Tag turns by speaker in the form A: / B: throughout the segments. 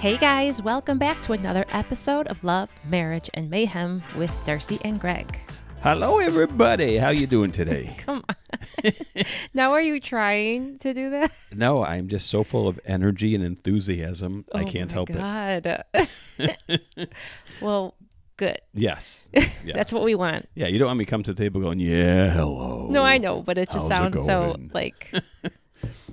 A: Hey guys, welcome back to another episode of Love, Marriage, and Mayhem with Darcy and Greg.
B: Hello, everybody. How you doing today?
A: Come on. now, are you trying to do that?
B: no, I'm just so full of energy and enthusiasm. I
A: Oh
B: can't
A: my
B: help it.
A: God. well, good.
B: Yes. Yeah.
A: That's what we want.
B: yeah. You don't want me to come to the table going, yeah, hello.
A: No, I know, but it just
B: how's it
A: sounds so
B: going?
A: like,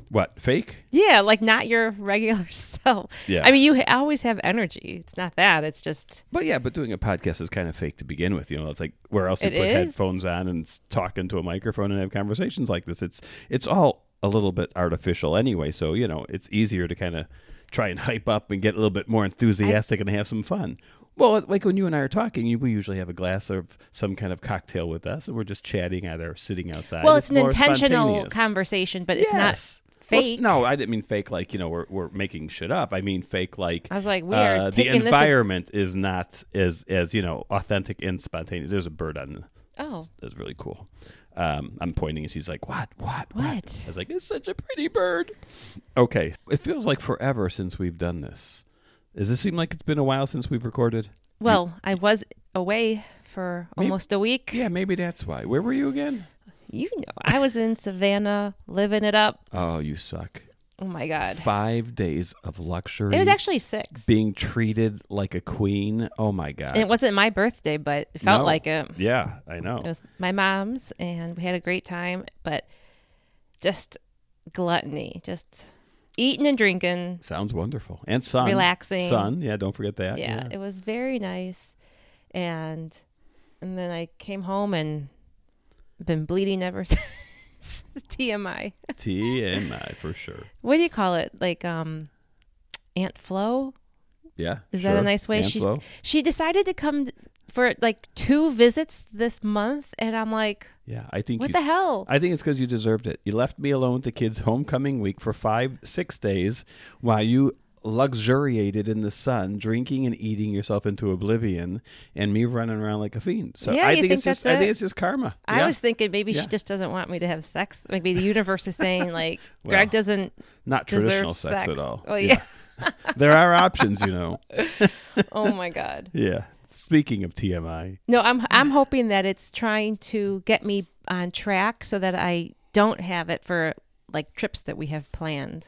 B: What? Fake?
A: yeah, like not your regular self.
B: Yeah.
A: I mean, you ha- always have energy. It's not that. It's just,
B: But yeah, but doing a podcast is kind of fake to begin with. You know, it's like where else you
A: It
B: put
A: is.
B: headphones on and s- talk into a microphone and have conversations like this. It's it's all a little bit artificial anyway. So you know, it's easier to kind of try and hype up and get a little bit more enthusiastic and have some fun. Well, it- like when you and I are talking, you, we usually have a glass of some kind of cocktail with us, and we're just chatting either sitting outside.
A: well, it's, an
B: more
A: intentional
B: spontaneous.
A: conversation, but it's
B: Yes.
A: not
B: Well,
A: fake.
B: no, I didn't mean fake like, you know, we're, we're making shit up. I mean fake like
A: I
B: uh,
A: was like, we are
B: the
A: taking this-
B: environment is not as as, you know, authentic and spontaneous. There's a bird on the
A: Oh.
B: that's really cool. Um, I'm pointing and she's like, What, what, what?
A: What?
B: I was like, It's such a pretty bird. Okay. It feels like forever since we've done this. Does this seem like it's been a while since we've recorded?
A: Well, I was away for almost a week.
B: Yeah, maybe that's why. Where were you again?
A: You know, I was in Savannah living it up.
B: Oh, you suck.
A: Oh my God.
B: Five days of luxury.
A: It was actually six.
B: being treated like a queen. Oh my god!
A: And it wasn't my birthday, but it felt
B: No.
A: like it.
B: yeah, I know.
A: It was my mom's, and we had a great time, but just gluttony, just eating and drinking.
B: Sounds wonderful and sun,
A: Relaxing.
B: sun. Yeah, don't forget that.
A: Yeah, it was very nice. And and then I came home and been bleeding ever since. TMI.
B: TMI for sure.
A: What do you call it? Like um Aunt Flo?
B: Yeah,
A: Is that a
B: sure.
A: nice way?
B: And
A: She's
B: slow.
A: she decided to come for like two visits this month, and I'm like,
B: Yeah, I think
A: what
B: you-
A: the hell?
B: I think it's because you deserved it. You left me alone at the kids' homecoming week for five, six days while you luxuriated in the sun, drinking and eating yourself into oblivion, and me running around like a fiend. So
A: Yeah,
B: I
A: you
B: think,
A: think
B: it's just
A: that's
B: I think
A: it?
B: it's just karma.
A: I
B: Yeah.
A: was thinking maybe
B: Yeah.
A: she just doesn't want me to have sex. Maybe the universe is saying like
B: Well,
A: Greg doesn't
B: not
A: deserve
B: traditional sex, at all.
A: Oh yeah.
B: there are options, you know.
A: oh my god.
B: Yeah. Speaking of TMI,
A: No, I'm I'm hoping that it's trying to get me on track so that I don't have it for like trips that we have planned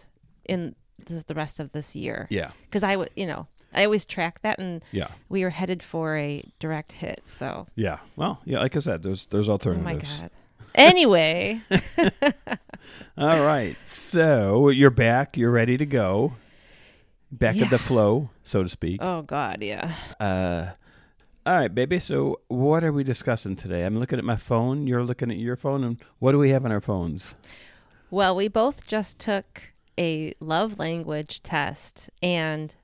A: in the the rest of this year.
B: yeah,
A: Because I would, you know, I always track that, and
B: yeah,
A: we are headed for a direct hit. So
B: yeah. Well, yeah, like I said, there's there's
A: Oh my
B: alternatives.
A: god. Anyway,
B: All right, so you're back. You're ready to go. Back at the flow, so to speak.
A: oh god, yeah.
B: Uh, all right, baby. So what are we discussing today? I'm looking at my phone. You're looking at your phone, and what do we have on our phones?
A: Well, we both just took a love language test and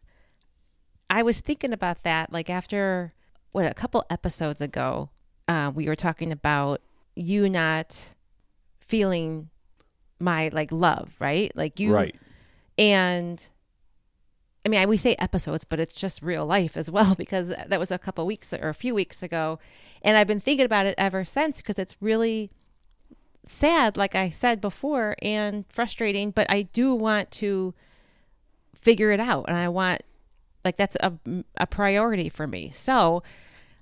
A: I was thinking about that like after what a couple episodes ago, uh, we were talking about you not feeling my like love, right? Like you
B: right.
A: and I mean, I, we say episodes, but it's just real life as well because that was a couple weeks or a few weeks ago, and I've been thinking about it ever since because it's really sad, like I said before, and frustrating. But I do want to figure it out, and I want like that's a a priority for me. So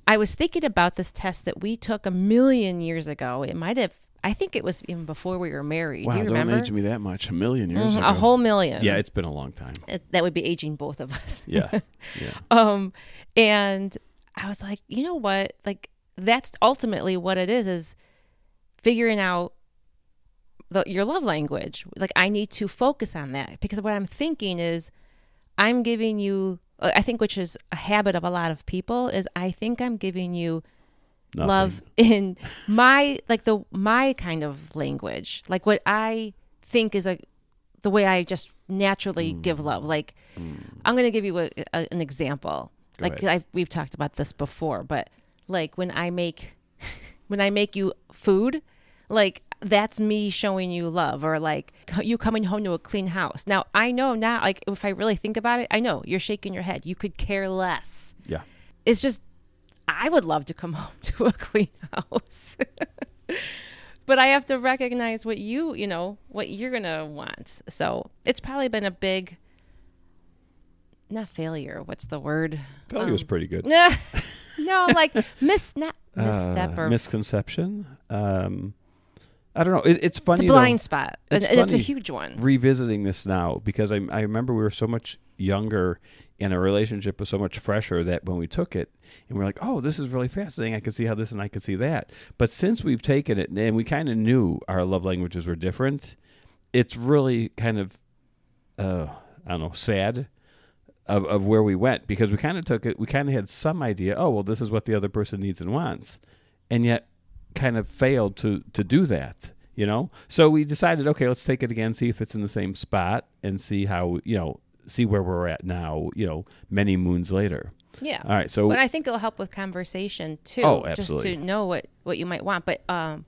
A: I was thinking about this test that we took a million years ago. It might have. I think it was even before we were married. do you remember?
B: me that much. A million years
A: Mhm, a whole million
B: Yeah, it's been a long time.
A: it- that would be aging both of us.
B: Yeah, yeah.
A: um, and I was like, you know what? Like that's ultimately what it is is figuring out the, your love language. Like I need to focus on that because what I'm thinking is I'm giving you uh, I think which is a habit of a lot of people is I think I'm giving you
B: Nothing.
A: love in my like the my kind of language like what i think is a the way i just naturally
B: Mm.
A: give love like i'm going to give you a, a, an example
B: Go
A: like i we've talked about this before but like when i make when i make you food like that's me showing you love or like co- you coming home to a clean house now i know now like if i really think about it i know you're shaking your head you could care less
B: Yeah.
A: it's just I would love to come home to a clean house. but I have to recognize what you, you know, what you're going to want. So, it's probably been a big not failure. What's the word? Um,
B: Failure was pretty good.
A: no, like mis not misstep
B: Uh,
A: or
B: misconception. Um, I don't know. It, it's funny.
A: it's a
B: though,
A: blind spot.
B: it's
A: It's, it's a
B: funny.
A: huge one.
B: revisiting this now because I, I remember we were so much younger and our relationship was so much fresher that when we took it and we are like, oh, this is really fascinating. I can see how this and I can see that. But since we've taken it and we kind of knew our love languages were different, it's really kind of, uh, I don't know, sad of, of where we went because we kind of took it, we kind of had some idea, oh, well, this is what the other person needs and wants. And yet kind of failed to, to do that, you know? So we decided, okay, let's take it again, see if it's in the same spot and see how, you know, see where we're at now, you know, many moons later.
A: Yeah.
B: All right. So,
A: But I think it'll help with conversation too.
B: Oh,
A: Just
B: absolutely.
A: to know what, what you might want. But um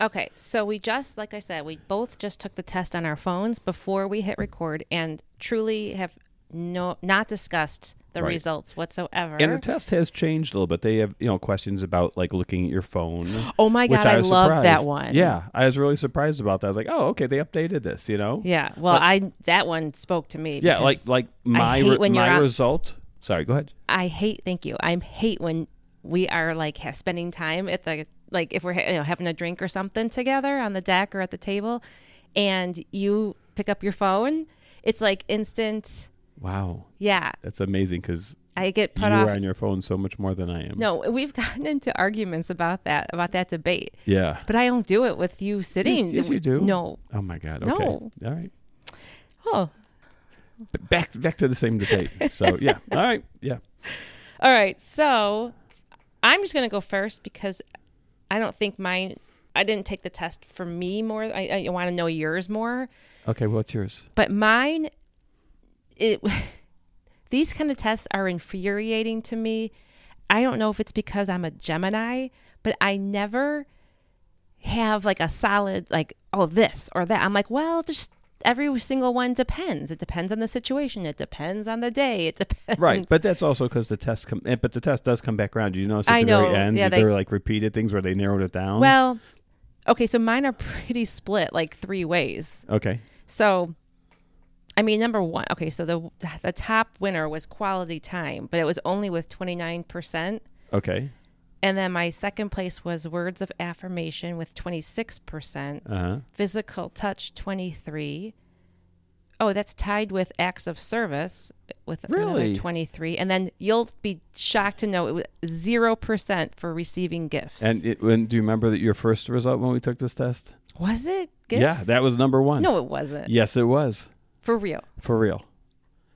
A: okay, so we just like I said, we both just took the test on our phones before we hit record and truly have no not discussed the
B: Right.
A: results whatsoever.
B: and the test has changed a little bit. They have, you know, questions about like looking at your phone.
A: oh my
B: which
A: god, I,
B: was
A: love that
B: surprised.
A: one.
B: Yeah, I was really surprised about that. I was like, "Oh, okay, they updated this," you know.
A: Yeah. Well, I that one spoke to me.
B: Yeah,
A: because
B: like like my
A: hate
B: re-
A: when you're
B: my
A: on-
B: result. Sorry, go ahead.
A: I hate. Thank you. I hate when we are like ha- spending time at the like if we're ha- you know having a drink or something together on the deck or at the table, and you pick up your phone. It's like instant.
B: Wow,
A: Yeah,
B: that's amazing because
A: I get
B: you
A: put
B: were
A: off.
B: on your phone so much more than I am.
A: no, we've gotten into arguments about that about that debate,
B: Yeah.
A: but I don't do it with you sitting.
B: yes, you do.
A: No.
B: Oh my God.
A: No.
B: Okay. All right.
A: Oh,
B: But back back to the same debate. So yeah. All right. Yeah.
A: All right, so I'm just going to go first because I don't think mine. I didn't take the test for me more. I, I want to know yours more,
B: Okay. What's yours?
A: but mine. It these kind of tests are infuriating to me. I don't know if it's because I'm a Gemini, but I never have like a solid like oh this or that. I'm like, well, just every single one depends. It depends on the situation. It depends on the day. It depends.
B: Right, but that's also because the test come, eh, but the test does come back around. Did You notice at
A: I
B: the
A: know.
B: very end,
A: Yeah,
B: there
A: they-
B: were like repeated things where they narrowed it down.
A: Well, okay, so mine are pretty split like three ways.
B: okay,
A: So I mean, number 1, okay, so the the top winner was quality time, but it was only with 29%,
B: okay,
A: and then my second place was words of affirmation with 26%,
B: uh huh,
A: physical touch 23. Oh, that's tied with acts of service with another
B: Really?
A: 23. And then you'll be shocked to know it was 0% for receiving gifts.
B: and it, when, do you remember that your first result when we took this test?
A: was it gifts?
B: Yeah, that was number one.
A: No, it wasn't.
B: yes, it was
A: For real.
B: for real.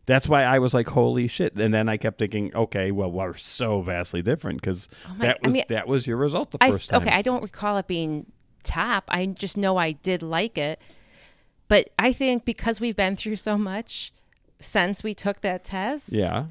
B: That's why I was like, "Holy shit!" And then I kept thinking, "Okay, well, we're so vastly different because
A: Oh my-
B: that
A: I
B: was
A: mean,
B: that was your result the
A: I
B: first time."
A: okay, I don't recall it being top. I just know I did like it. But I think because we've been through so much since we took that test,
B: yeah.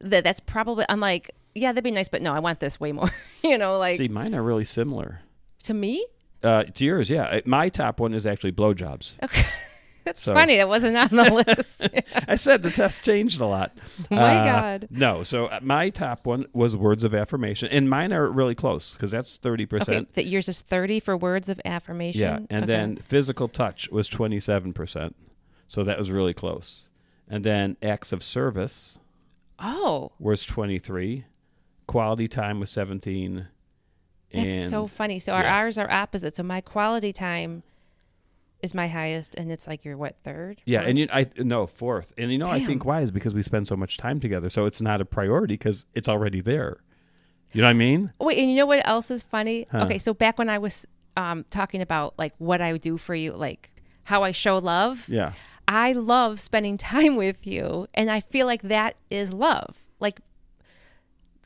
A: that that's probably I'm like, yeah, that'd be nice, but no, I want this way more. you know, like
B: See, mine are really similar
A: to me?
B: uh, to yours. Yeah, It- my top one is actually blowjobs.
A: Okay. That's
B: So-
A: funny. That wasn't on the list.
B: I said the test changed a lot. Uh,
A: My God.
B: No, so uh, my top one was words of affirmation, and mine are really close because that's thirty
A: okay,
B: percent.
A: that yours is 30 for words of affirmation.
B: Yeah, and
A: Okay.
B: then physical touch was twenty seven percent, so that was really close. And then acts of service
A: Oh,
B: was twenty three, quality time was seventeen.
A: that's
B: and
A: so funny. So our
B: yeah.
A: ours are opposite. So my quality time is my highest and it's like your what third?
B: Yeah,
A: Fourth?
B: and you, I no fourth, and you know I
A: Damn.
B: think why is because we spend so much time together, so it's not a priority because it's already there. You know what I mean?
A: Wait, and you know what else is funny? Okay, so back when I was um, talking about like what I would do for you, like how I show love,
B: Yeah.
A: I love spending time with you, and I feel like that is love. Like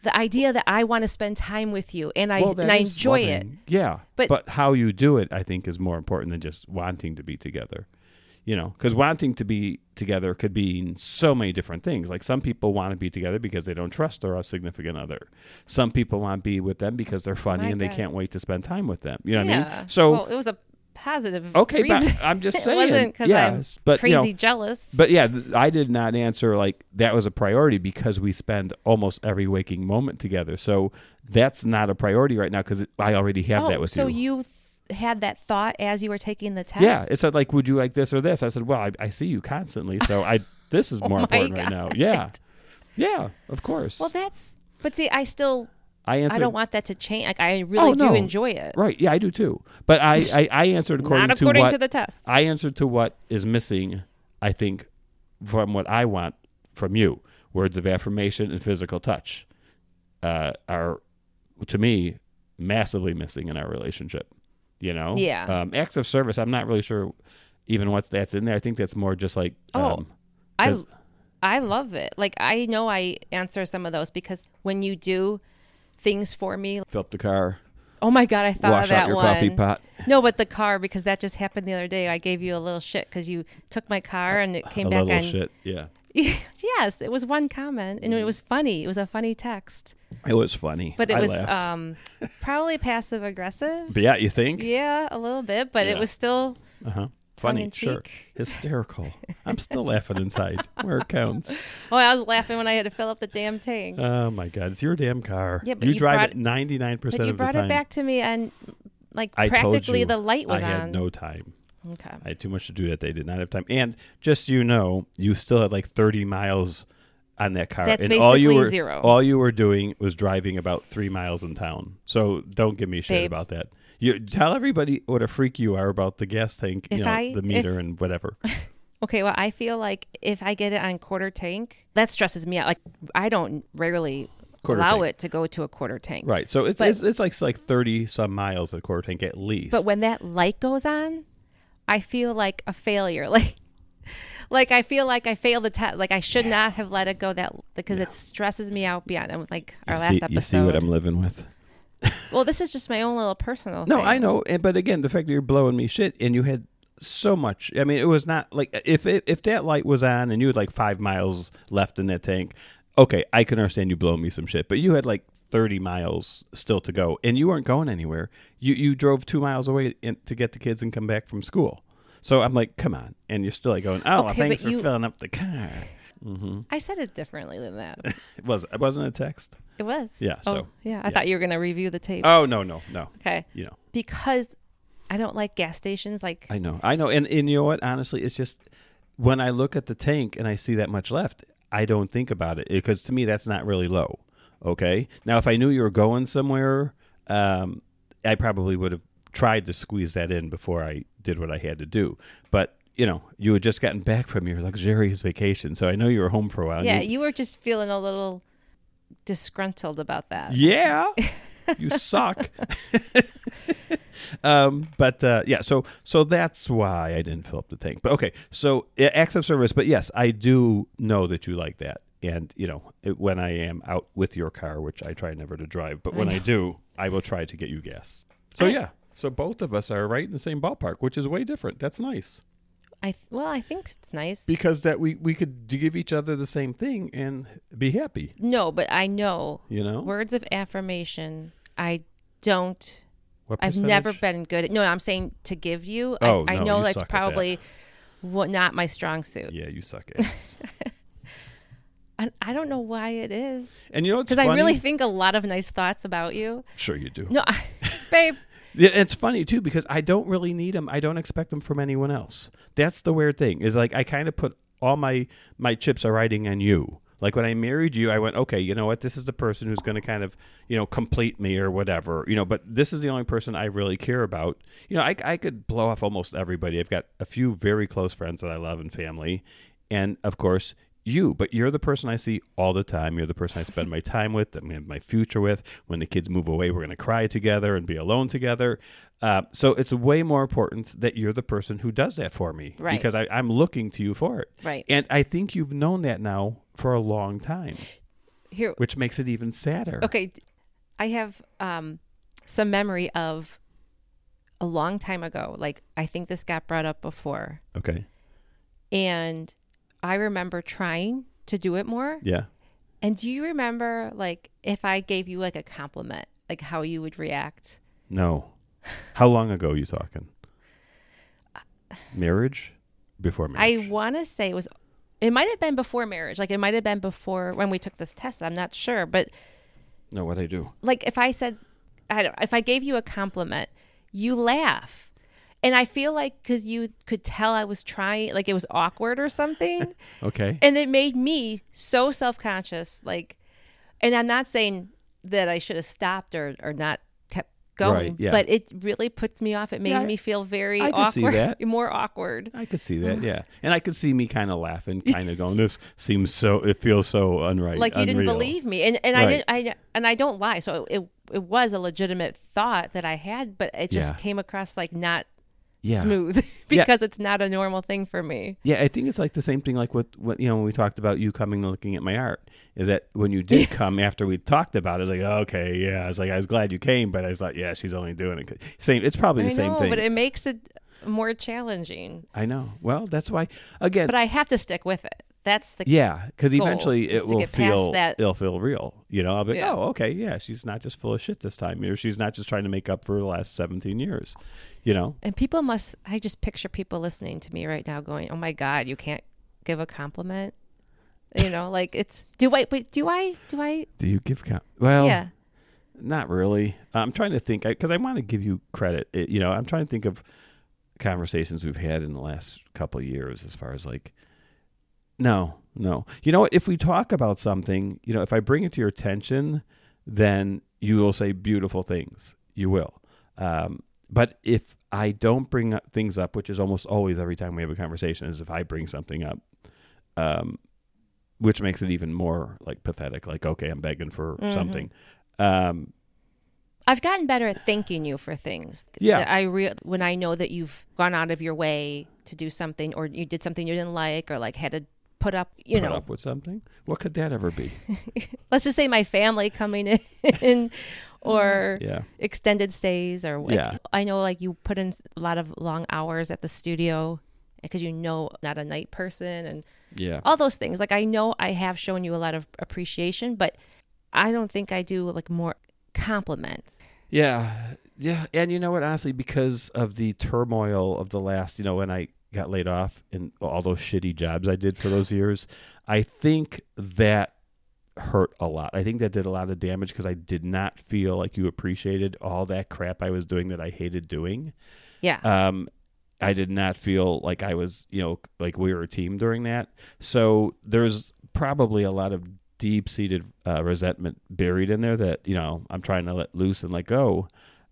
A: the idea that I want to spend time with you, and I
B: Well, that
A: and I
B: is
A: enjoy it.
B: loving. Yeah,
A: But-
B: but how you do it, I think, is more important than just wanting to be together. You know, because wanting to be together could be so many different things. Like some people want to be together because they don't trust their significant other. Some people want to be with them because they're funny
A: My
B: and
A: God.
B: they can't wait to spend time with them. You know what I
A: Yeah.
B: mean? So
A: well, it was a positive.
B: okay,
A: reason.
B: but I'm just saying,
A: it wasn't because
B: yeah,
A: I'm
B: but
A: crazy
B: you know,
A: jealous.
B: but yeah, th- I did not answer like that was a priority because we spend almost every waking moment together. So that's not a priority right now because I already have that
A: Oh,
B: with
A: so you
B: you.
A: th- had that thought as you were taking the test.
B: Yeah, it said like, would you like this or this? I said, well, I, I see you constantly, so I this is more
A: Oh my
B: important right now. Yeah, Yeah, of course.
A: Well, that's. But see, I still.
B: I answered.
A: I don't want that to change. Like I really
B: Oh,
A: do
B: no.
A: enjoy it.
B: Right. Yeah, I do too. But I, I, I answered according
A: Not
B: to
A: according
B: what
A: to the test.
B: I answered to what is missing. I think from what I want from you, words of affirmation and physical touch uh, are to me massively missing in our relationship. You know,
A: Yeah.
B: Um, acts of service. I'm not really sure even what that's in there. I think that's more just like
A: Oh,
B: um,
A: I
B: 'Cause-
A: I love it. Like I know I answer some of those because when you do things for me,
B: fill up the car,
A: oh my god, I thought of
B: wash
A: that
B: out your
A: one.
B: coffee pot.
A: No, but the car because that just happened the other day. I gave you a little shit because you took my car and it came
B: a
A: back
B: little
A: on.
B: shit. Yeah,
A: yes, it was one comment and it was funny. It was a funny text,
B: it was funny,
A: but it
B: I
A: was
B: laughed.
A: um, probably passive aggressive.
B: but yeah, you think?
A: Yeah, a little bit, but
B: Yeah.
A: it was still
B: Uh huh. Funny,
A: in
B: sure.
A: cheek.
B: Hysterical. I'm still laughing inside where it counts.
A: Oh, I was laughing when I had to fill up the damn tank.
B: Oh my God, it's your damn car.
A: Yeah, but
B: you,
A: you
B: drive
A: brought-
B: it 99 percent
A: but
B: of
A: you
B: the
A: brought
B: time.
A: it back to me and like
B: I told
A: practically
B: you,
A: the light was
B: I
A: on.
B: had no time.
A: okay.
B: I had too much to do that day. Did not have time. And just so you know, you still had like 30 miles on that car.
A: That's
B: and all you
A: basically
B: were,
A: zero.
B: All you were doing was driving about three miles in town. So don't give me shit
A: Babe.
B: about that. You tell everybody what a freak you are about the gas tank, you
A: If
B: know,
A: I-
B: the meter and whatever.
A: Okay, well, I feel like if I get it on quarter tank, that stresses me out. Like I don't rarely
B: Quarter
A: allow
B: tank.
A: it to go to a quarter tank.
B: Right. So it's
A: But-
B: it's, it's like it's like thirty some miles at quarter tank at least.
A: But when that light goes on, I feel like a failure. Like like I feel like I failed the test. Like I should not have let it go that because it stresses me out beyond. I'm like our last episode.
B: living with.
A: well, this is just my own little personal.
B: No,
A: thing.
B: I know. And but again, the fact that you're blowing me shit and you had so much. I mean, it was not like if if, if that light was on and you had like five miles left in that tank. Okay, I can understand you blowing me some shit, but you had like thirty miles still to go, and you weren't going anywhere. You you drove two miles away in, to get the kids and come back from school. So I'm like, come on, and you're still like going, oh,
A: Okay,
B: thanks
A: but
B: for
A: you-
B: filling up the car. Mm-hmm.
A: I said it differently than that.
B: It was it wasn't a text.
A: It was.
B: Yeah,
A: Oh,
B: so,
A: yeah. I
B: yeah.
A: thought you were gonna review the tape.
B: Oh no no no.
A: okay.
B: You know.
A: Because I don't like gas stations. Like
B: I know, I know, and and you know what? Honestly, it's just when I look at the tank and I see that much left, I don't think about it because to me that's not really low. Okay, now if I knew you were going somewhere, um, I probably would have tried to squeeze that in before I did what I had to do. But you know, you had just gotten back from your luxurious vacation, so I know you were home for a while.
A: yeah,
B: You-
A: you were just feeling a little disgruntled about that.
B: Yeah. you suck. um, but uh, yeah, so so that's why I didn't fill up the tank. But okay, so uh, acts of service. But yes, I do know that you like that, and you know it, when I am out with your car, which I try never to drive, but when I, do, I will try to get you gas. So
A: I-
B: yeah, so both of us are right in the same ballpark, which is way different. That's nice
A: I th- well, I think it's nice.
B: because that we we could give each other the same thing and be happy.
A: no, but I know
B: You know,
A: words of affirmation. I don't.
B: What
A: I've never
B: percentage?
A: been good at. No, I'm saying to give you.
B: Oh,
A: I, I
B: no,
A: know
B: you
A: that's
B: suck at that.
A: probably what not my strong suit.
B: Yeah, you suck ass.
A: And I don't know why it is
B: And you know, it's
A: because I really think a lot of nice thoughts about you.
B: sure you do.
A: No, I, babe.
B: Yeah, it's funny too because I don't really need them. I don't expect them from anyone else. That's the weird thing is like I kind of put all my my chips are riding on you. Like when I married you, I went, okay, you know what? This is the person who's going to kind of, you know, complete me or whatever, you know. But this is the only person I really care about. You know, I, I could blow off almost everybody. I've got a few very close friends that I love and family, and of course you but you're the person i see all the time you're the person i spend my time with i'm gonna have my future with when the kids move away we're going to cry together and be alone together uh, so it's way more important that you're the person who does that for me
A: Right.
B: because I, i'm looking to you for it
A: Right.
B: and i think you've known that now for a long time
A: Here,
B: which makes it even sadder
A: Okay, d- I have um, some memory of a long time ago. Like I think this got brought up before,
B: okay
A: and I remember trying to do it more.
B: yeah
A: And do you remember, like, if I gave you like a compliment, like how you would react?
B: no how long ago you talking marriage before marriage
A: I want to say it was, it might have been before marriage. Like it might have been before when we took this test. I'm not sure, but
B: no what i do
A: like if I said, I don't, if I gave you a compliment, you laugh. And I feel like because you could tell I was trying, like it was awkward or something.
B: Okay.
A: and it made me so self-conscious like and i'm not saying that i should have stopped or, or not kept going
B: Right, yeah.
A: but it really puts me off it made
B: Yeah, I-
A: me feel very
B: I can see
A: awkward
B: that.
A: more awkward
B: I could see
A: Oh.
B: that, yeah, and I could see me kind of laughing, kind of going, "This seems so. It feels so unright."
A: like you didn't
B: unreal."
A: believe me and and
B: Right.
A: i didn't i and i don't lie so it it was a legitimate thought that i had but it just
B: Yeah.
A: came across like not
B: Yeah.
A: smooth
B: Yeah.
A: because it's not a normal thing for me
B: Yeah, I think it's like the same thing, like what, what you know, when we talked about you coming and looking at my art, is that when you did come after we talked about it, it's like, okay, yeah, I was like, I was glad you came, but I was like, yeah, she's only doing it. 'cause- Same, it's probably the
A: i
B: same
A: know
B: thing.
A: but it makes it more challenging
B: I know. Well, that's why, again,
A: but i have to stick with it that's the
B: yeah, because
A: goal
B: eventually
A: is
B: it
A: to
B: will
A: get past
B: feel
A: that-
B: it'll feel real. You know, I'll be,
A: Yeah.
B: oh, okay, yeah, she's not just full of shit this time, or she's not just trying to make up for the last seventeen years. You know,
A: And people must, I just picture people listening to me right now going, oh my God, you can't give a compliment. You know, like it's, do I, but do I, do I,
B: do you give count? Well,
A: yeah.
B: Not really. I'm trying to think because I, want to give you credit. It, you know, I'm trying to think of conversations we've had in the last couple of years as far as like, no, no. You know what? If we talk about something, you know, if I bring it to your attention, then you will say beautiful things. You will. Um, but if I don't bring up things up, which is almost always every time we have a conversation, is if I bring something up, um, which makes it even more like pathetic. Like, okay, I'm begging for
A: Mhm.
B: something. Um,
A: I've gotten better at thanking you for things.
B: Yeah.
A: That I re- when I know that you've gone out of your way to do something or you did something you didn't like or like had to put up, you
B: put
A: know,
B: up with something. What could that ever be?
A: let's just say my family coming in or
B: Yeah,
A: extended stays or like,
B: Yeah.
A: I know like you put in a lot of long hours at the studio because you know not a night person and
B: yeah,
A: all those things. Like I know I have shown you a lot of appreciation, but I don't think I do like more compliments.
B: yeah, yeah. And you know what? Honestly, because of the turmoil of the last, you know, when I got laid off and all those shitty jobs I did for those years, I think that hurt a lot. I think that did a lot of damage because I did not feel like you appreciated all that crap I was doing that I hated doing.
A: Yeah.
B: um, I did not feel like I was, you know, like we were a team during that. So there's probably a lot of deep seated uh, resentment buried in there that, you know, I'm trying to let loose and let go.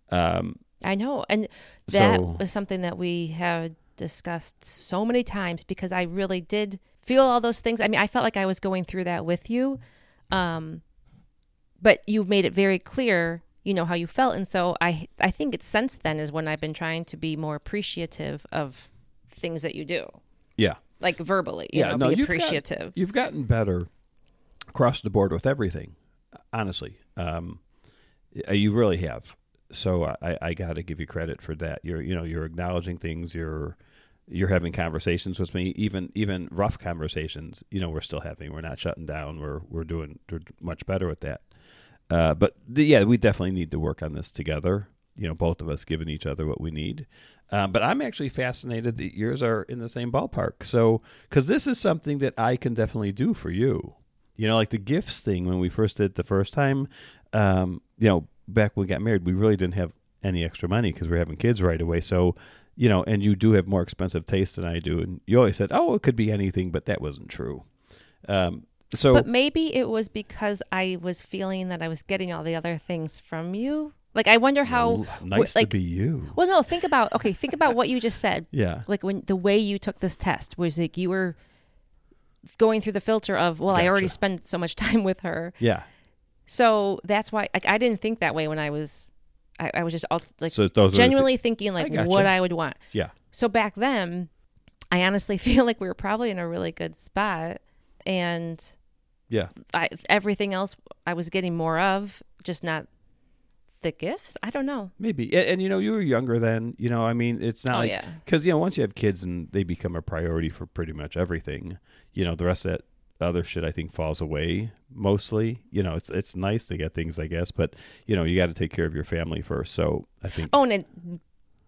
B: Um,
A: I know. And that
B: So-
A: was something that we have discussed so many times because I really did feel all those things. I mean, I felt like I was going through that with you. Um but you made it very clear, you know, how you felt and so I I think it's since then is when I've been trying to be more appreciative of things that you do.
B: yeah.
A: Like verbally, you
B: Yeah,
A: know,
B: no,
A: be
B: you've got-
A: appreciative.
B: You've gotten better across the board with everything, honestly. Um, uh, you really have. So I- I, I got to give you credit for that. You're you know you're acknowledging things. You're you're having conversations with me, even even rough conversations. You know we're still having. We're not shutting down. We're we're doing we're much better with that. Uh, but the, yeah, we definitely need to work on this together. You know, both of us giving each other what we need. Um, but I'm actually fascinated that yours are in the same ballpark. So, because this is something that I can definitely do for you. You know, like the gifts thing when we first did it the first time. Um, you know, back when we got married, we really didn't have any extra money because we were having kids right away. So, you know, and you do have more expensive taste than I do, and you always said, "Oh, it could be anything," but that wasn't true. Um, so
A: But maybe it was because I was feeling that I was getting all the other things from you. Like I wonder how
B: l- nice
A: like
B: to be you.
A: Well, no, think about okay, think about what you just said.
B: Yeah.
A: Like when the way you took this test was like you were going through the filter of, well, I already
B: Gotcha.
A: spent so much time with her.
B: Yeah.
A: So that's why like I didn't think that way when I was I, I was just all like
B: So those are the thi-
A: genuinely thinking like
B: gotcha.
A: what I would want.
B: Yeah.
A: So back then, I honestly feel like we were probably in a really good spot and
B: Yeah.
A: I, everything else I was getting more of, just not the gifts. I don't know.
B: Maybe. And, and you know, you were younger then. You know, I mean, it's not
A: Oh,
B: like
A: yeah.
B: because you know once you have kids and they become a priority for pretty much everything. You know, the rest of that other shit I think falls away mostly. You know, it's it's nice to get things, I guess, but you know, you got to take care of your family first. So I think.
A: Oh, and it,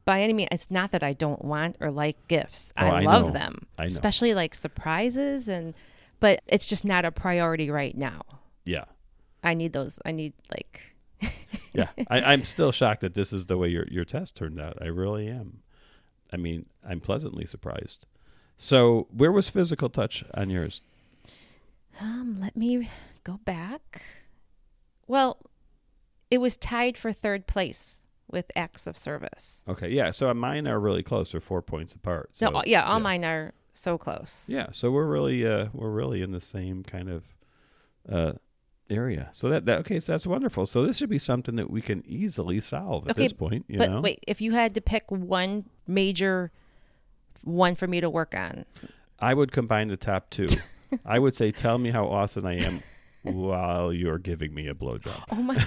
A: by any means, it's not that I don't want or like gifts.
B: Oh,
A: I,
B: I
A: love
B: know.
A: them,
B: I know.
A: especially like surprises and. But it's just not a priority right now.
B: Yeah.
A: I need those. I need like.
B: Yeah. I, I'm still shocked that this is the way your your test turned out. I really am. I mean, I'm pleasantly surprised. So, where was physical touch on yours?
A: Um, let me go back. Well, it was tied for third place with acts of service.
B: Okay, yeah. So mine are really close. They're four points apart. So,
A: no, uh, all- yeah, all mine are so close.
B: Yeah, so we're really uh, we're really in the same kind of uh, area. So that, that okay, so that's wonderful. So this should be something that we can easily solve at
A: Okay,
B: this point. You
A: but
B: know,
A: wait, if you had to pick one major one for me to work on,
B: I would combine the top two. I would say, tell me how awesome I am while you're giving me a blowjob.
A: oh my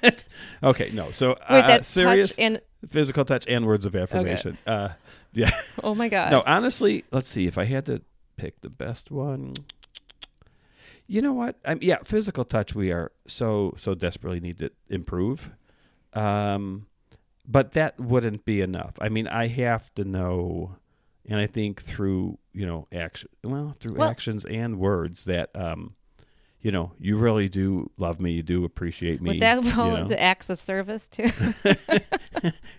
A: god,
B: Okay, no. So
A: wait,
B: uh,
A: that's
B: serious
A: touch and
B: physical touch and words of affirmation. Uh, yeah.
A: oh my god,
B: No, honestly, let's see. If I had to pick the best one, you know what? I yeah, physical touch. We are so so desperately need to improve, um, but that wouldn't be enough. I mean, I have to know, and I think through you know action, well, through
A: Well-
B: actions and words that um, you know, you really do love me. You do appreciate me.
A: would that
B: you
A: go
B: know?
A: into acts of service too?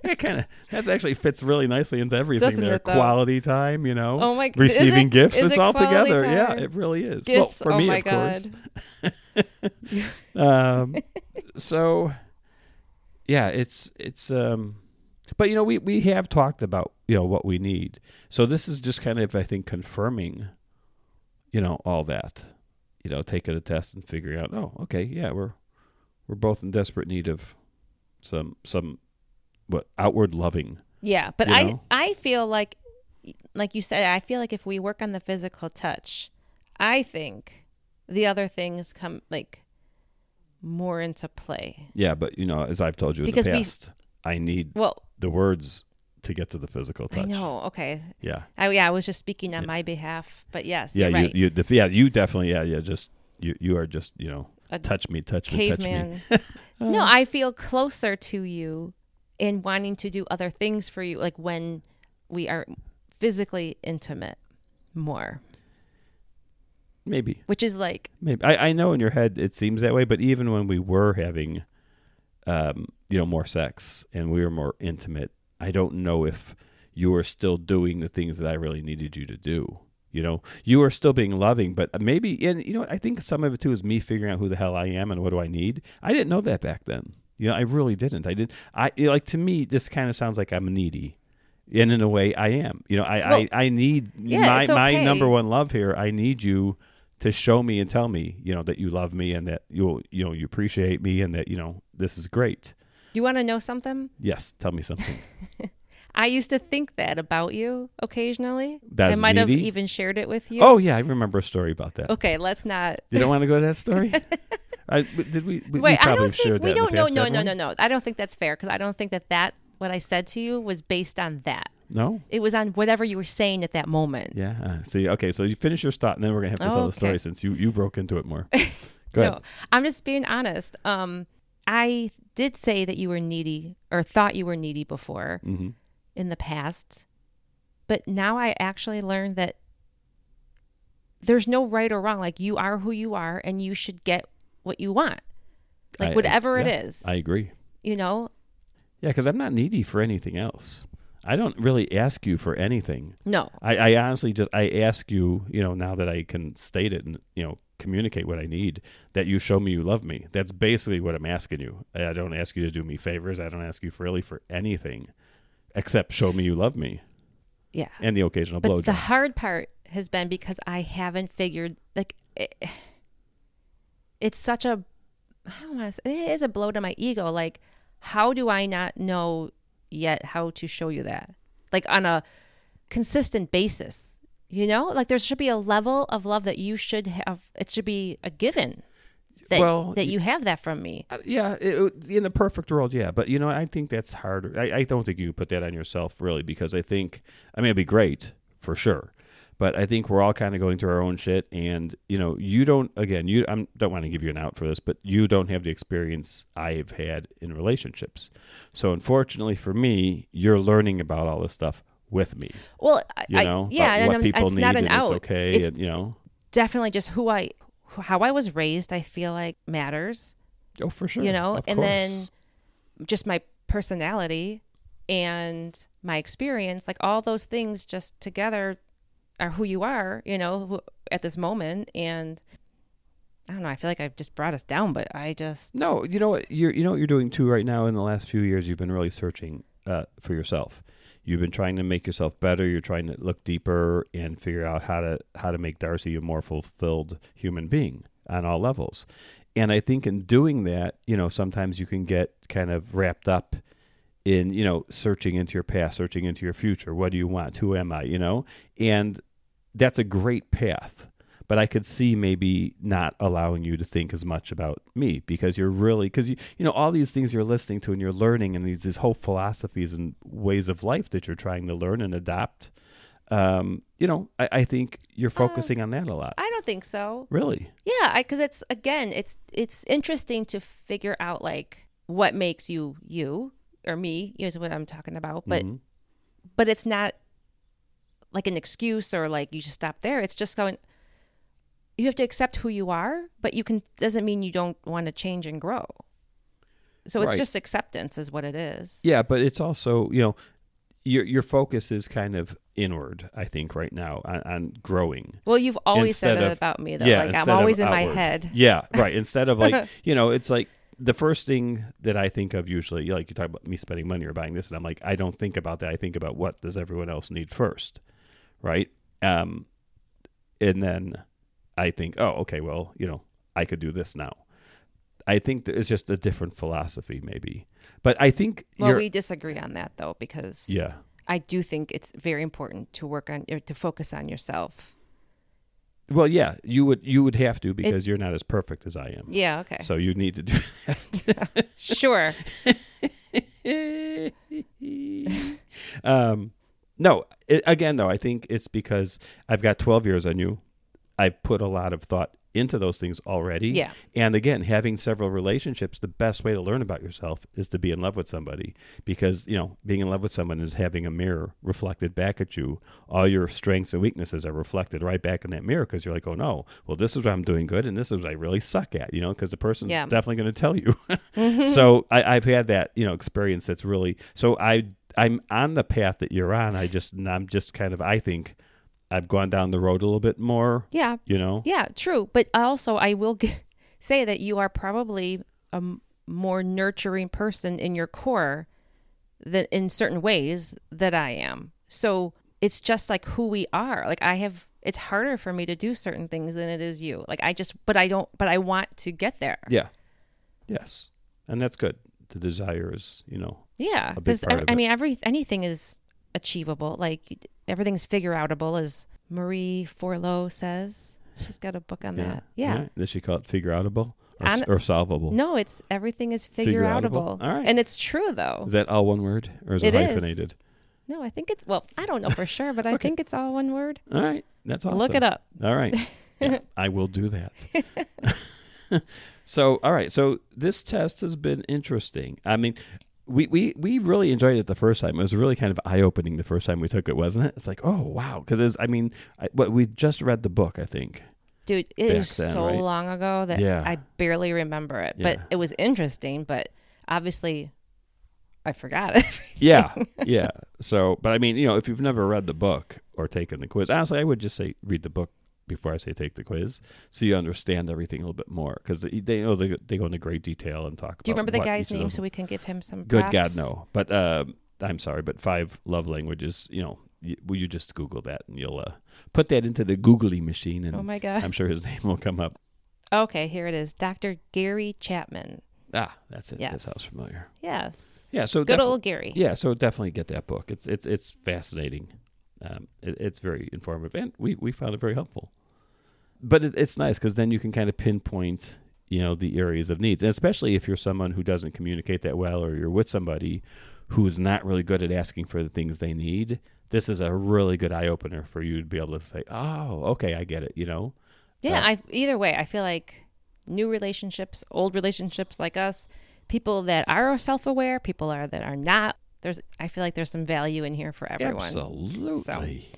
B: It kind of that actually fits really nicely into everything
A: Doesn't
B: there.
A: it, though?
B: Quality time, you know.
A: Oh my- is
B: Receiving
A: it-
B: gifts.
A: is
B: It's
A: it
B: all
A: quality
B: together. Yeah,
A: time?
B: it really is.
A: Gifts,
B: well, for
A: oh
B: me,
A: my
B: of
A: god,
B: course. Um, so, yeah, it's it's. Um, but you know, we we have talked about you know what we need. So this is just kind of I think confirming, you know, all that. You know, taking a test and figuring out. Oh, okay, yeah, we're we're both in desperate need of some some what outward loving
A: yeah. But
B: You
A: I
B: know?
A: I feel like, like you said, I feel like if we work on the physical touch, I think the other things come like more into play.
B: Yeah, but you know, as I've told you
A: Because
B: in the
A: we-
B: past, I need
A: Well,
B: the words to get to the physical touch.
A: I know. Okay.
B: Yeah,
A: I, yeah, I was just speaking on my behalf, but yes,
B: yeah,
A: you're right.
B: you, you, def- yeah, you definitely, yeah, yeah, just you, you are just, you know,
A: A
B: touch me, touch me, Oh. touch me.
A: caveman. no, I feel closer to you in wanting to do other things for you, like when we are physically intimate more,
B: Maybe,
A: which is like,
B: maybe. I, I know in your head it seems that way, but even when we were having, um, you know, more sex and we were more intimate, I don't know if you were still doing the things that I really needed you to do. You know, you were still being loving, but maybe, and you know, what, I think some of it too is me figuring out who the hell I am and what do I need. I didn't know that back then. You know, I really didn't. I didn't. I you know, like to me, this kind of sounds like I'm needy, and in a way, I am. You know, I
A: Well,
B: I, I need
A: yeah,
B: my
A: it's
B: my
A: okay.
B: number one love here. I need you to show me and tell me, you know, that you love me and that you you know you appreciate me and that you know this is great.
A: you want to know something?
B: Yes, tell me something.
A: I used to think that about you occasionally.
B: That
A: I
B: is
A: might have
B: needy?
A: even shared it with you.
B: Oh yeah, I remember a story about that.
A: Okay, let's not.
B: You don't want to go to that story? I, w- did we? we we
A: Wait,
B: probably
A: I don't
B: have shared
A: think we
B: that in
A: don't
B: the
A: know.
B: past,
A: No, no,
B: haven't
A: no, no. I don't think that's fair because I don't think that that what I said to you was based on that.
B: we? No.
A: It was on whatever you were saying at that moment.
B: Yeah. uh, See. Okay. So you finish your thought, and then we're gonna have to
A: Oh,
B: tell the
A: okay.
B: story since you you broke into it more. Go ahead.
A: No, I'm just being honest. Um, I did say that you were needy or thought you were needy before
B: Mm-hmm.
A: in the past, but now I actually learned that there's no right or wrong. Like you are who you are, and you should get what you want, like
B: I-
A: whatever
B: yeah,
A: it is.
B: I agree.
A: you know,
B: Yeah, because I'm not needy for anything else. I don't really ask you for anything.
A: no,
B: I, I honestly just I ask you, you know, now that I can state it and you know communicate what I need, that you show me you love me. That's basically what I'm asking you. I I don't ask you to do me favors. I don't ask you for really for anything, except show me you love me
A: yeah.
B: and the occasional
A: But
B: blowjob.
A: the hard part has been because I haven't figured like it, it's such a I don't want to say it is a blow to my ego. Like, how do I not know yet how to show you that? Like on a consistent basis, you know? Like there should be a level of love that you should have. It should be a given that
B: Well,
A: that you have that from me.
B: Uh, yeah, it, in a perfect world, yeah. But you know, I think that's harder. I, I don't think you put that on yourself really, because I think I mean it'd be great for sure. But I think we're all kind of going through our own shit, and you know, you don't. Again, you I don't want to give you an out for this, but you don't have the experience I've had in relationships. So unfortunately for me, you're learning about all this stuff with me.
A: Well, I,
B: You know,
A: I, yeah,
B: about
A: and
B: what
A: I'm,
B: people
A: it's
B: need,
A: not an
B: and
A: out.
B: it's okay,
A: It's
B: and you know,
A: definitely just who I, how I was raised. I feel like matters.
B: oh for sure,
A: you know
B: Of
A: and
B: course.
A: then just my personality and my experience, like all those things just together are who you are, you know, who, at this moment. And I don't know. I feel like I've just brought us down, but I just
B: No, you know what you're you know what you're doing too right now in the last few years you've been really searching uh, for yourself. You've been trying to make yourself better, you're trying to look deeper and figure out how to how to make Darcy a more fulfilled human being on all levels. And I think in doing that, you know, sometimes you can get kind of wrapped up in, you know, searching into your past, searching into your future. What do you want? Who am I? You know? And that's a great path but I could see maybe not allowing you to think as much about me because you're really because you you know all these things you're listening to and you're learning and these these whole philosophies and ways of life that you're trying to learn and adopt. Um, you know, I, I think you're focusing on that a lot.
A: Uh, I don't think so.
B: really,
A: Yeah, because it's again, it's it's interesting to figure out like what makes you you or me is what I'm talking about, but
B: Mm-hmm.
A: but it's not like an excuse or like you just stop there. It's just going. You have to accept who you are, but you can doesn't mean you don't want to change and grow. So it's
B: Right.
A: just acceptance, is what it is.
B: yeah, but it's also you know your your focus is kind of inward. I think right now on, on growing
A: Well, you've always said
B: Instead
A: that
B: of-
A: about me, though.
B: yeah,
A: like I'm
B: instead of
A: always in my
B: outward.
A: head.
B: Yeah, right. Instead of like, you know, it's like the first thing that I think of usually, like you talk about me spending money or buying this, and I'm like, I don't think about that. I think about what does everyone else need first, right? Um, and then I think, oh, okay, well, you know, I could do this now. I think that it's just a different philosophy, maybe. But I think
A: Well,
B: you're,
A: we disagree on that though, because
B: yeah,
A: I do think it's very important to work on or to focus on yourself.
B: well, yeah, you would you would have to because you're not as perfect as I am.
A: Yeah, okay.
B: So you need to do
A: sure.
B: um, no, it, again, though, I think it's because I've got 12 years on you. I put a lot of thought into those things already.
A: Yeah.
B: And again, having several relationships, the best way to learn about yourself is to be in love with somebody because, you know, being in love with someone is having a mirror reflected back at you. All your strengths and weaknesses are reflected right back in that mirror because you're like, oh, no, well, this is what I'm doing good and this is what I really suck at, you know, because the person's
A: Yeah.
B: definitely going to tell you. So I, I've had that, you know, experience that's really, so I, I'm on the path that you're on. I just, and I'm just kind of, I think I've gone down the road a little bit more,
A: Yeah.
B: you know?
A: Yeah, true. But also, I will g- say that you are probably a m- more nurturing person in your core than in certain ways that I am. So it's just like who we are. Like I have, it's harder for me to do certain things than it is you. Like I just, but I don't, but I want to get there.
B: Yeah. Yes. And that's good. The desire is, you know,
A: Yeah,
B: big
A: because
B: part
A: I,
B: of
A: I
B: it.
A: mean, every anything is achievable. Like everything's figure outable, as Marie Forleo says. She's got a book on that. Yeah.
B: Does she call it figure outable or,
A: On-
B: or solvable?
A: No, it's everything is figure
B: Figure-outable?
A: outable.
B: All right.
A: And it's true though.
B: Is that all one word or is it,
A: It is.
B: hyphenated?
A: No, I think it's well, I don't know for sure, but I
B: Okay.
A: think it's all one word.
B: All right. That's awesome.
A: Look it up.
B: All right. Yeah, I will do that. so, all right. So, this test has been interesting. I mean, we, we, we really enjoyed it the first time. It was really kind of eye opening the first time we took it, wasn't it? It's like, oh, wow. Because, I mean, I, what, we just read the book, I think.
A: Dude, it
B: Back
A: was
B: then,
A: so
B: right?
A: long ago that
B: Yeah.
A: I barely remember it. But
B: Yeah.
A: it was interesting, but obviously I forgot it.
B: Yeah, yeah. So, but I mean, you know, if you've never read the book or taken the quiz, honestly, I would just say read the book before I say take the quiz, so you understand everything a little bit more because they, they know they, they go into great detail and talk.
A: Do you
B: about
A: remember the
B: Uh, what
A: guy's
B: each of
A: name
B: those-
A: so we can give him some
B: Good
A: props?
B: God, no! But uh, I'm sorry, but five love languages. You know, you, well, you just Google that and you'll uh, put that into the googly machine, and
A: Oh my god.
B: I'm sure his name will come up.
A: Okay, here it is. Dr. Gary Chapman.
B: Ah, that's it. That
A: Yes.
B: sounds familiar.
A: Yes.
B: Yeah. So
A: Good
B: defi-
A: old Gary.
B: yeah so definitely get that book it's it's it's fascinating um, it, it's very informative and we, we found it very helpful but it, it's nice because then you can kind of pinpoint you know the areas of needs and especially if you're someone who doesn't communicate that well or you're with somebody who's not really good at asking for the things they need this is a really good eye-opener for you to be able to say oh okay i get it you know
A: Yeah,
B: Uh,
A: I either way, I feel like new relationships, old relationships like us, people that are self-aware, people are that are not. There's I feel like there's some value in here for everyone.
B: absolutely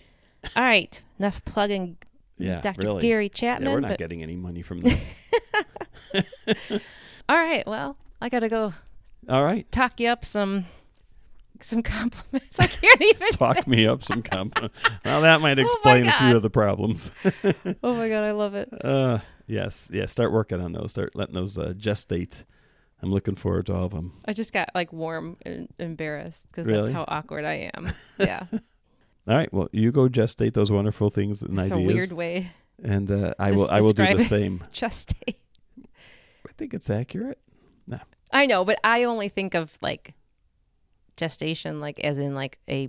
A: All right, enough plugging
B: yeah
A: Dr.
B: really
A: Gary
B: yeah,
A: Chapman.
B: we're not
A: but-
B: getting any money from this
A: all right, well, I got to go
B: all right
A: talk you up some some compliments. I can't even
B: Talk me up some compliment. well, that might explain a
A: Oh God.
B: few of the problems.
A: say- Oh my god, I love it.
B: Uh, yes, yeah. Start working on those. Start letting those uh, gestate. I'm looking forward to all of them.
A: I just got like warm and embarrassed because
B: Really?
A: that's how awkward I am. Yeah,
B: All right. Well, you go gestate those wonderful things and
A: it's a weird
B: ideas,
A: way.
B: and uh, I
A: Just
B: will. I will do
A: describe
B: the
A: it.
B: same.
A: Just
B: I think it's accurate.
A: I know, but I only think of like gestation, like as in like a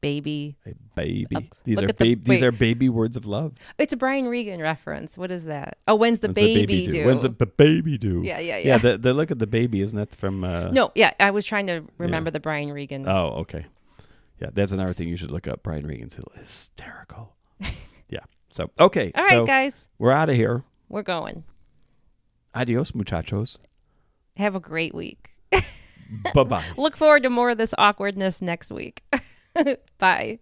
A: baby.
B: Hey, baby,
A: Up.
B: these
A: Look
B: are
A: at the-
B: baby. These
A: wait.
B: are baby words of love.
A: It's a Brian Regan reference. What is that? Oh, when's the
B: When's
A: baby,
B: do?
A: due?
B: When's the b- baby do?
A: yeah, yeah, yeah.
B: Yeah. the, the look at the baby isn't that from? Uh,
A: no, yeah. I was trying to remember the Brian Regan.
B: Oh, okay. Yeah, that's another thing you should look up. Brian Regan's hysterical. yeah. So okay.
A: All right,
B: so
A: guys,
B: we're out of here.
A: we're going.
B: Adios, muchachos.
A: Have a great week.
B: bye bye.
A: Look forward to more of this awkwardness next week. Bye.